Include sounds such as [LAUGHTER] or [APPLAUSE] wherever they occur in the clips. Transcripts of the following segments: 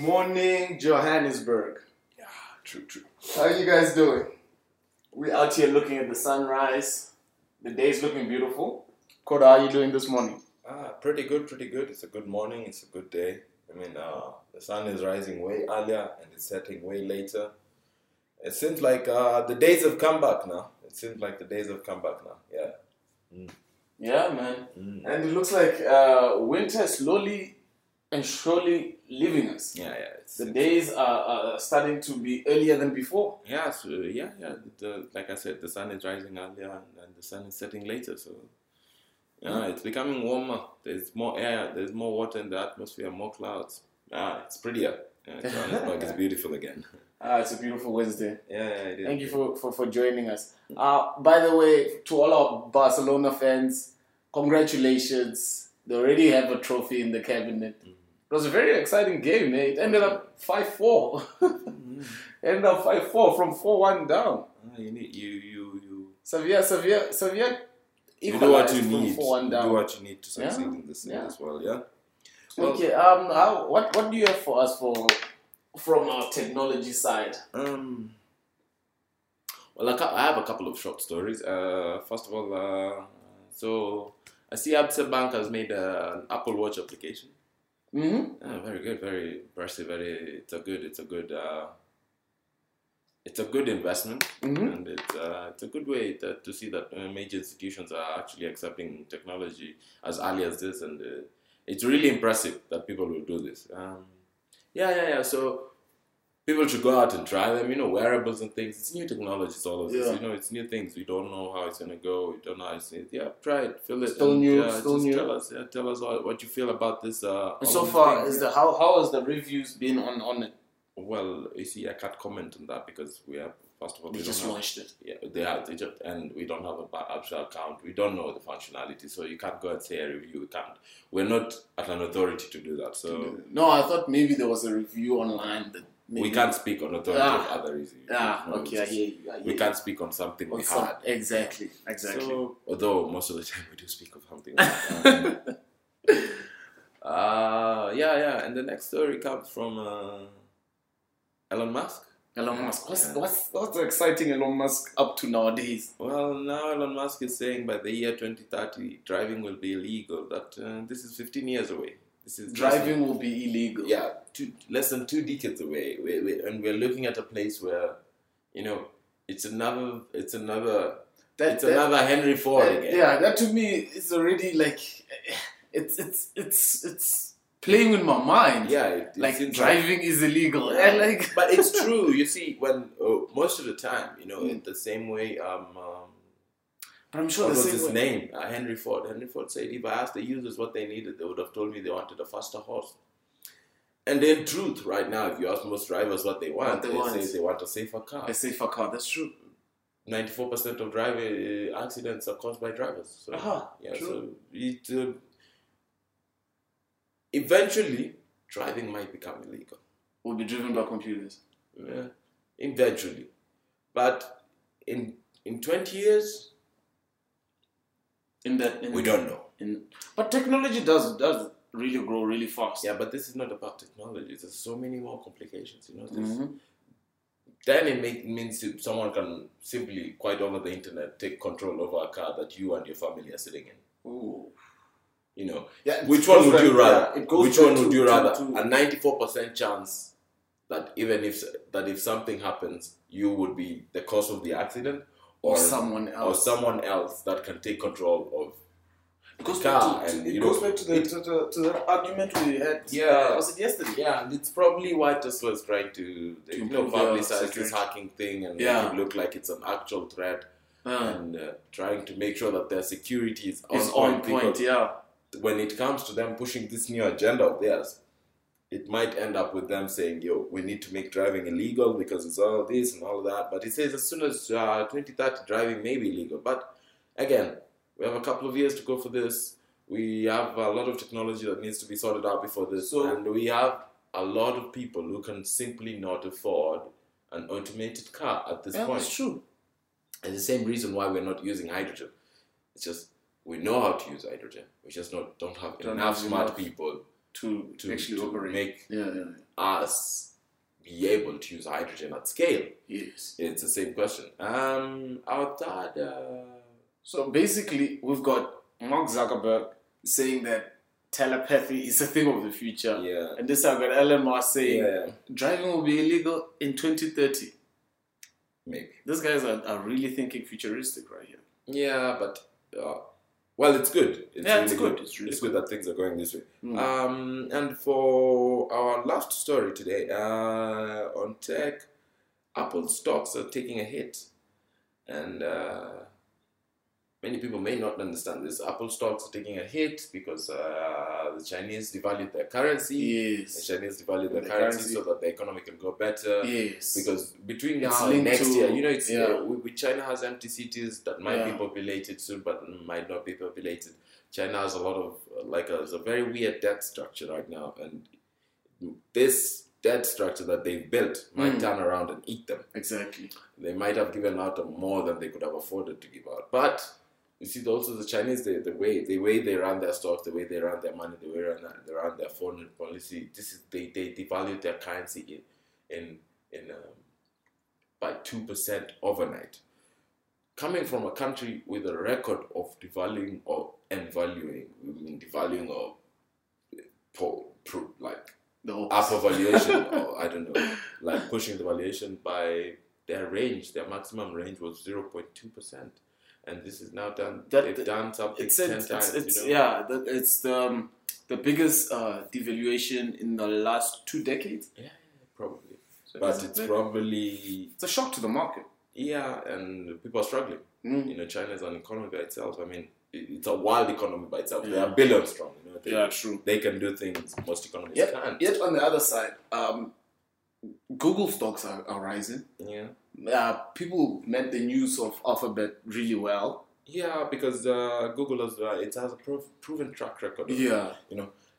morning, Johannesburg. True, true. How are you guys doing? We out here looking at the sunrise. The day's looking beautiful. Koda, how are you doing this morning? Ah, pretty good, pretty good. It's a good morning. It's a good day. I mean, uh, the sun is rising way earlier and it's setting way later. It seems like uh, the days have come back now. It seems like the days have come back now. Yeah. Yeah, man. Mm. And it looks like uh, winter is slowly and surely leaving us. Yeah, yeah. It's, The days are, are starting to be earlier than before. yeah, so, yeah, yeah. The, like I said, the sun is rising earlier and, and the sun is setting later. So, yeah, Hmm. it's becoming warmer. There's more air. There's more water in the atmosphere. More clouds. Ah, it's prettier. Yeah, [LAUGHS] Johannesburg is beautiful again. Ah, it's a beautiful Wednesday. Yeah, yeah, it is. Thank you for, for, for joining us. Uh, by the way, to all our Barcelona fans, congratulations. They already have a trophy in the cabinet. Mm. It was a very exciting game, eh? It ended up 5 4. Mm. [LAUGHS] ended up 5 4 from 4 1 down. Ah, you need you you you. Sevilla, Sevilla, Sevilla. You do what you equalized from need. 4-1 You down. do what you need to Yeah. succeed in this in Yeah. this world. Yeah. Well, Okay, um, how, what, what do you have for us for from our technology side? Um. Well, I, ca- I have a couple of short stories. Uh, first of all, uh, so I see Absa Bank has made uh, an Apple Watch application. Mm-hmm. Ah, very good, very impressive. Very, it's a good, it's a good, uh, it's a good investment, Mhm. and it's uh, it's a good way that, to see that uh, major institutions are actually accepting technology as early as this, and uh, it's really impressive that people will do this. Um, yeah, yeah, yeah. So people should go out and try them. You know, wearables and things. It's new technologies, all of this. Yeah. You know, it's new things. We don't know how it's gonna go. We don't know. How it's, yeah, try it, feel it. Still and, new, yeah, still just new. Tell us, yeah, tell us all, what you feel about this. Uh, all So of these far, things. is the how how has the reviews been on on it? Well, you see, I can't comment on that because we have, first of all, We we just don't have, launched it. yeah, they are, they just, and we don't have a ba- actual account. We don't know the functionality, so you can't go and say a review. We can't. We're not at an authority to do that, so No, I thought maybe there was a review online that maybe, we can't speak on authority Ah. of other reviews. Ah, You know, okay, I it's- hear you. I hear We you. can't speak on something we On have. some- exactly, exactly. So, although most of the time [LAUGHS] we do speak of something. um, [LAUGHS] uh, yeah, yeah. And the next story comes from uh, Elon Musk. Elon Musk, what's, Yeah. what's what's exciting Elon Musk up to nowadays? Well, now Elon Musk is saying by the year 2030, driving will be illegal. That uh, this is 15 years away. This is Driving will be illegal. yeah, two, less than two decades away, we, we, and we're looking at a place where, you know, it's another, it's another, That- it's that- another Henry Ford Uh, again. Yeah, that to me is already like [SIGHS] it's it's it's it's playing with my mind. yeah. It, it like seems driving is illegal. [LAUGHS] And like but [LAUGHS] it's true. You see, when uh, most of the time, you know, Mm. the same way. Um, um, but I'm sure what Oh, the same was his way. name? Uh, Henry Ford. Henry Ford said if I asked the users what they needed, they would have told me they wanted a faster horse. And in truth, right now, if you ask most drivers what they want, What they they, want. say they want a safer car. A safer car. That's true. Ninety-four percent of driving uh, accidents are caused by drivers. So, Aha, yeah, so true. it uh, eventually driving might become illegal. Will be driven by computers. Yeah, eventually. But in in 20 years, In that in, we don't know. in but technology does does really grow really fast. Yeah, but this is not about technology. There's so many more complications. You know, There's- Mhm. then it make, means if someone can simply, quite over the internet, take control over a car that you and your family are sitting in. Ooh. You know, Yeah, it which one goes would you back- rather? yeah, it goes which back one would to- you to- rather? to- A ninety-four percent chance that even if that if something happens, you would be the cause of the accident, Or someone else. or someone else that can take control of It goes, the back car to, and it you goes know, back to the to, the to the argument we had. Yeah. Uh, was it yesterday? Yeah, and it's probably why Tesla is trying to, you know, improve their publicize this security. hacking thing and Yeah. make it look like it's an actual threat Uh, and uh, trying to make sure that their security is on it's on point. point. because Yeah. When it comes to them pushing this new agenda of theirs, it might end up with them saying, yo, we need to make driving illegal because it's all this and all that. But it says as soon as uh, 2030, driving may be illegal. But again, we have a couple of years to go for this. We have a lot of technology that needs to be sorted out before this. So- and we have a lot of people who can simply not afford an automated car at this Yeah, point. that's true. It's the same reason why we're not using hydrogen. It's just we know how to use hydrogen. We just not don't have Don't enough have smart enough people to, to, actually to operate. make yeah, yeah, us be able to use hydrogen at scale? yes. It's the same question. Um, our third, uh, So basically, we've got Mark Zuckerberg saying that telepathy is a thing of the future. yeah, And this I've got Elon Musk saying yeah, driving will be illegal in 2030. maybe. These guys are, are really thinking futuristic right here. Yeah, but uh, well, it's good. It's Yeah, it's good. It's really It's good that things are going this way. Mm. Um, and for our last story today, uh, on tech, Apple stocks are taking a hit, and uh, many people may not understand this. Apple stocks are taking a hit because uh, the Chinese devalued their currency. The Yes. Chinese devalued their The currency, currency. so that the economy can go better Yes. because between It's now and linked next to- year, you know, it's yeah. uh, with with China has empty cities that might Yeah. be populated soon, but might not be populated. China has a lot of uh, like a, it's a very weird debt structure right now, and this debt structure that they've built might Mm. turn around and eat them. exactly. They might have given out of more than they could have afforded to give out, but. You see, also the Chinese, the, the way the way they run their stocks, the way they run their money, the way they run, they run their foreign policy. This is they they devalue their currency in in in um, by two percent overnight. Coming from a country with a record of devaluing or and valuing, we mean devaluing or uh, po- pro- like The whole up valuation, [LAUGHS] or I don't know, like pushing the valuation by their range, their maximum range was zero point two percent, and this is now done. That- they've that- done something it's ten it's, times. it's, it's you know? yeah the, it's the, um, the biggest uh, devaluation in the last two decades yeah, probably, so but it's, it's a- probably it's a shock to the market yeah, and people are struggling. Mm. you know, China is an economy by itself. I mean, it- it's a wild economy by itself. They Yeah. are billions strong. You know, they, yeah true they can do things most economies yet, can't. yet on the other side um, google stocks are, are rising Yeah, uh, people met the news of alphabet really well yeah, because uh, Google has uh, it has a prov- proven track record. of- yeah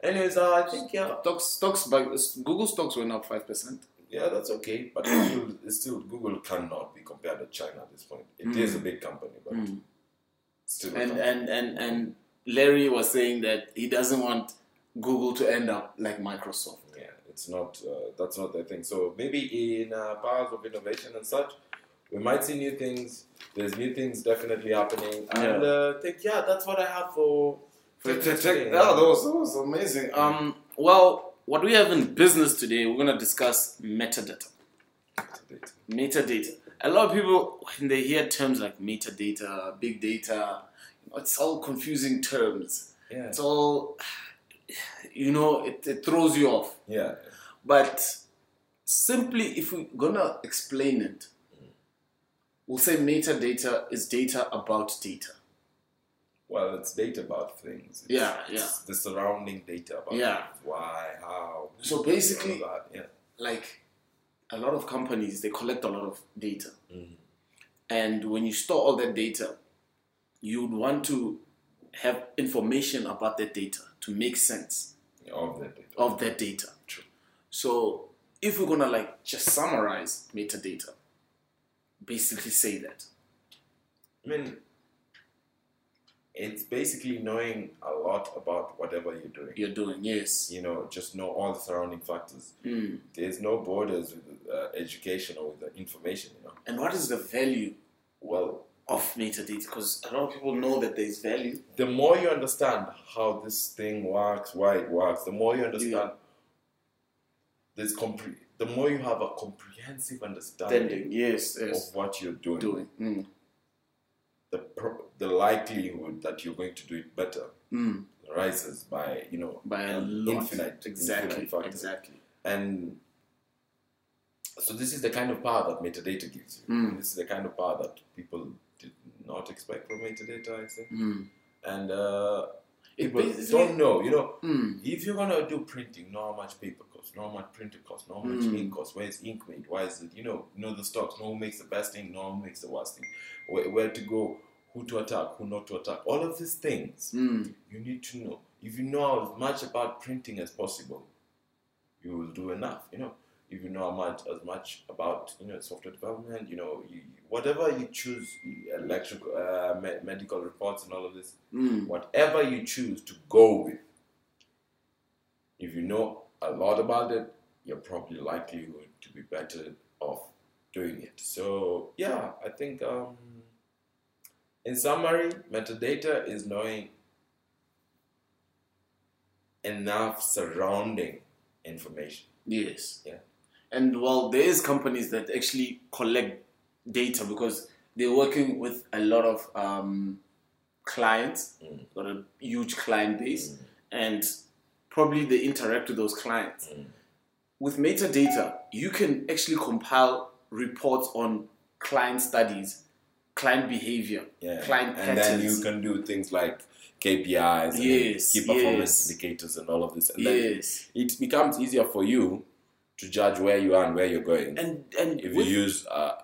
Anyways, uh, I think yeah, stocks stocks by google stocks went up 5% yeah, that's okay. But Google, it's still, Google cannot be compared to China at this point. It is Mm. a big company, but Mm. still. a and company. and and and larry was saying that he doesn't want google to end up like microsoft yeah, it's not. Uh, that's not their thing. So maybe in uh, powers of innovation and such, we might see new things. There's new things definitely happening, and Yeah. uh, think yeah, that's what I have for. For for tech, today. tech, yeah, Oh, that was, that was amazing. Um, well, what we have in business today, we're going to discuss metadata. Metadata. A lot of people, when they hear terms like metadata, big data, it's all confusing terms. Yeah, It's all, [SIGHS] you know, it, it throws you off. yeah, But simply, if we're gonna explain it, we'll say metadata is data about data. Well, it's data about things. It's, Yeah, it's yeah. The surrounding data about Yeah. things. why, how. So basically, all that, yeah. like a lot of companies they collect a lot of data and when you store all that data you'd want to have information about that data to make sense Yeah, Of the data. of that data True. so if we're gonna like just summarize metadata basically say that I mean, it's basically knowing a lot about whatever you're doing. you're doing yes You know, just know all the surrounding factors. Mm. There's no borders with uh, education or with the information. You know, and what is the value well, of metadata because a lot of people know that there's value the more you understand how this thing works, why it works, the more you understand. There's compre- the more you have a comprehensive understanding Standing, yes of yes what you're doing, doing mm. the pro- the likelihood that you're going to do it better Mm. rises by you know by a an lot infinite exactly infinite factor. exactly And so this is the kind of power that metadata gives you. Mm. This is the kind of power that people did not expect from metadata, I think. Mm. And uh, It people basically- don't know, you know, Mm. if you're gonna do printing, know how much paper costs, know how much printer costs, know how much Mm. ink costs, where is ink made, why is it, you know, know the stocks, know who makes the best thing, know who makes the worst thing, where, where to go, who to attack, who not to attack. All of these things Mm. you need to know. If you know as much about printing as possible, you will do enough. You know, if you know how much, as much about you know software development, you know you, whatever you choose, electrical, uh, me- medical reports, and all of this, Mm. whatever you choose to go with, If you know a lot about it, you're probably likely going to be better off doing it. So yeah, I think um, in summary, metadata is knowing enough surrounding information. Yes. Yeah. And well, there is companies that actually collect data because they're working with a lot of um, clients, Mm. got a huge client base, and probably they interact with those clients. Mm. With metadata, you can actually compile reports on client studies, client behavior, Yeah. client and patterns. then you can do things like KPIs and Yes, key performance yes. indicators and all of this. And then yes. it becomes easier for you to judge where you are and where you're going And and if with you use uh,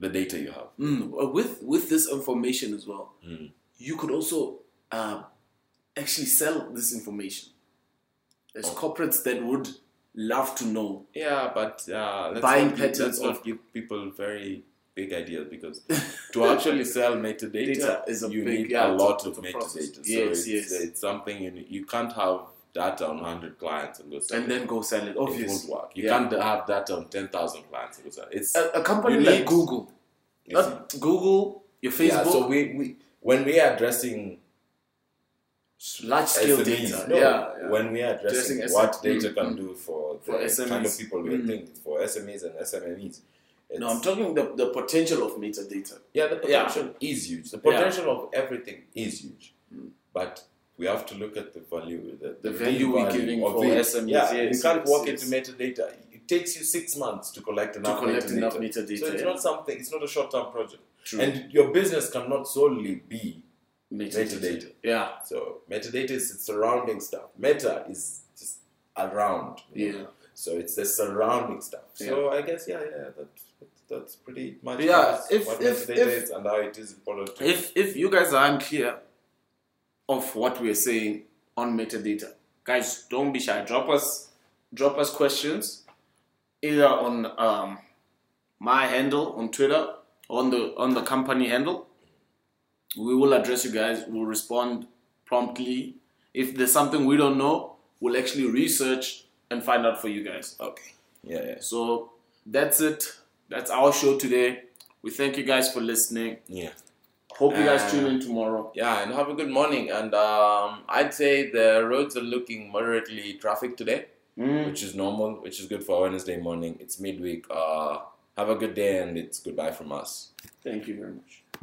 the data you have. Mm, uh, with with this information as well, you could also uh, actually sell this information. There's corporates that would love to know. Yeah, but uh, let's Buying not, give- patterns let's not of- give people very big ideas [LAUGHS] because to actually sell metadata Data is a you big- need yeah, a it's a- lot it's of a metadata. process. So Yes, it's, yes. it's something you need- you can't have data on hundred clients and go sell And it. then go sell it. it Obviously, won't work. You Yeah. can't have data on ten thousand clients and go sell it. It's a, a company You like need- Google, it's- not Google, your Facebook, yeah. So we, we when we are addressing large scale SMEs, data. no, yeah, yeah. when we are addressing Addressing what SM- data mm, can do for For the kind of SMEs. people we're Mm. thinking for SMEs and SMMEs. no, it's- I'm talking the, the potential of metadata. Yeah, the Yeah. potential is huge. The Yeah. Mm. potential of everything is huge. But we have to look at the value, the, The value we're giving of for it. SMEs, Yeah, yes, you can't yes, walk yes. into metadata. It takes you six months to collect enough collect metadata. enough metadata, So it's yeah. not something. It's not a short-term project. True. And your business cannot solely be Metadata. Yeah. so metadata is its surrounding stuff. Meta is just around. you know. Yeah. So it's the surrounding stuff. So I guess yeah, yeah, that, that's pretty much Yeah, what if- if- metadata if- is and how it is important. To If if you guys are unclear of what we're saying on metadata, guys, don't be shy. Drop us drop us questions either on um, my handle on Twitter on the on the company handle. We will address you guys. We'll respond promptly. If there's something we don't know, we'll actually research and find out for you guys. Okay. yeah, yeah. So that's it. That's our show today. We thank you guys for listening. Yeah. Hope you guys Uh, tune in tomorrow. Yeah, and have a good morning. And um, I'd say the roads are looking moderately traffic today, Mm. which is normal, which is good for Wednesday morning. It's midweek. Uh, have a good day, and it's goodbye from us. Thank you very much.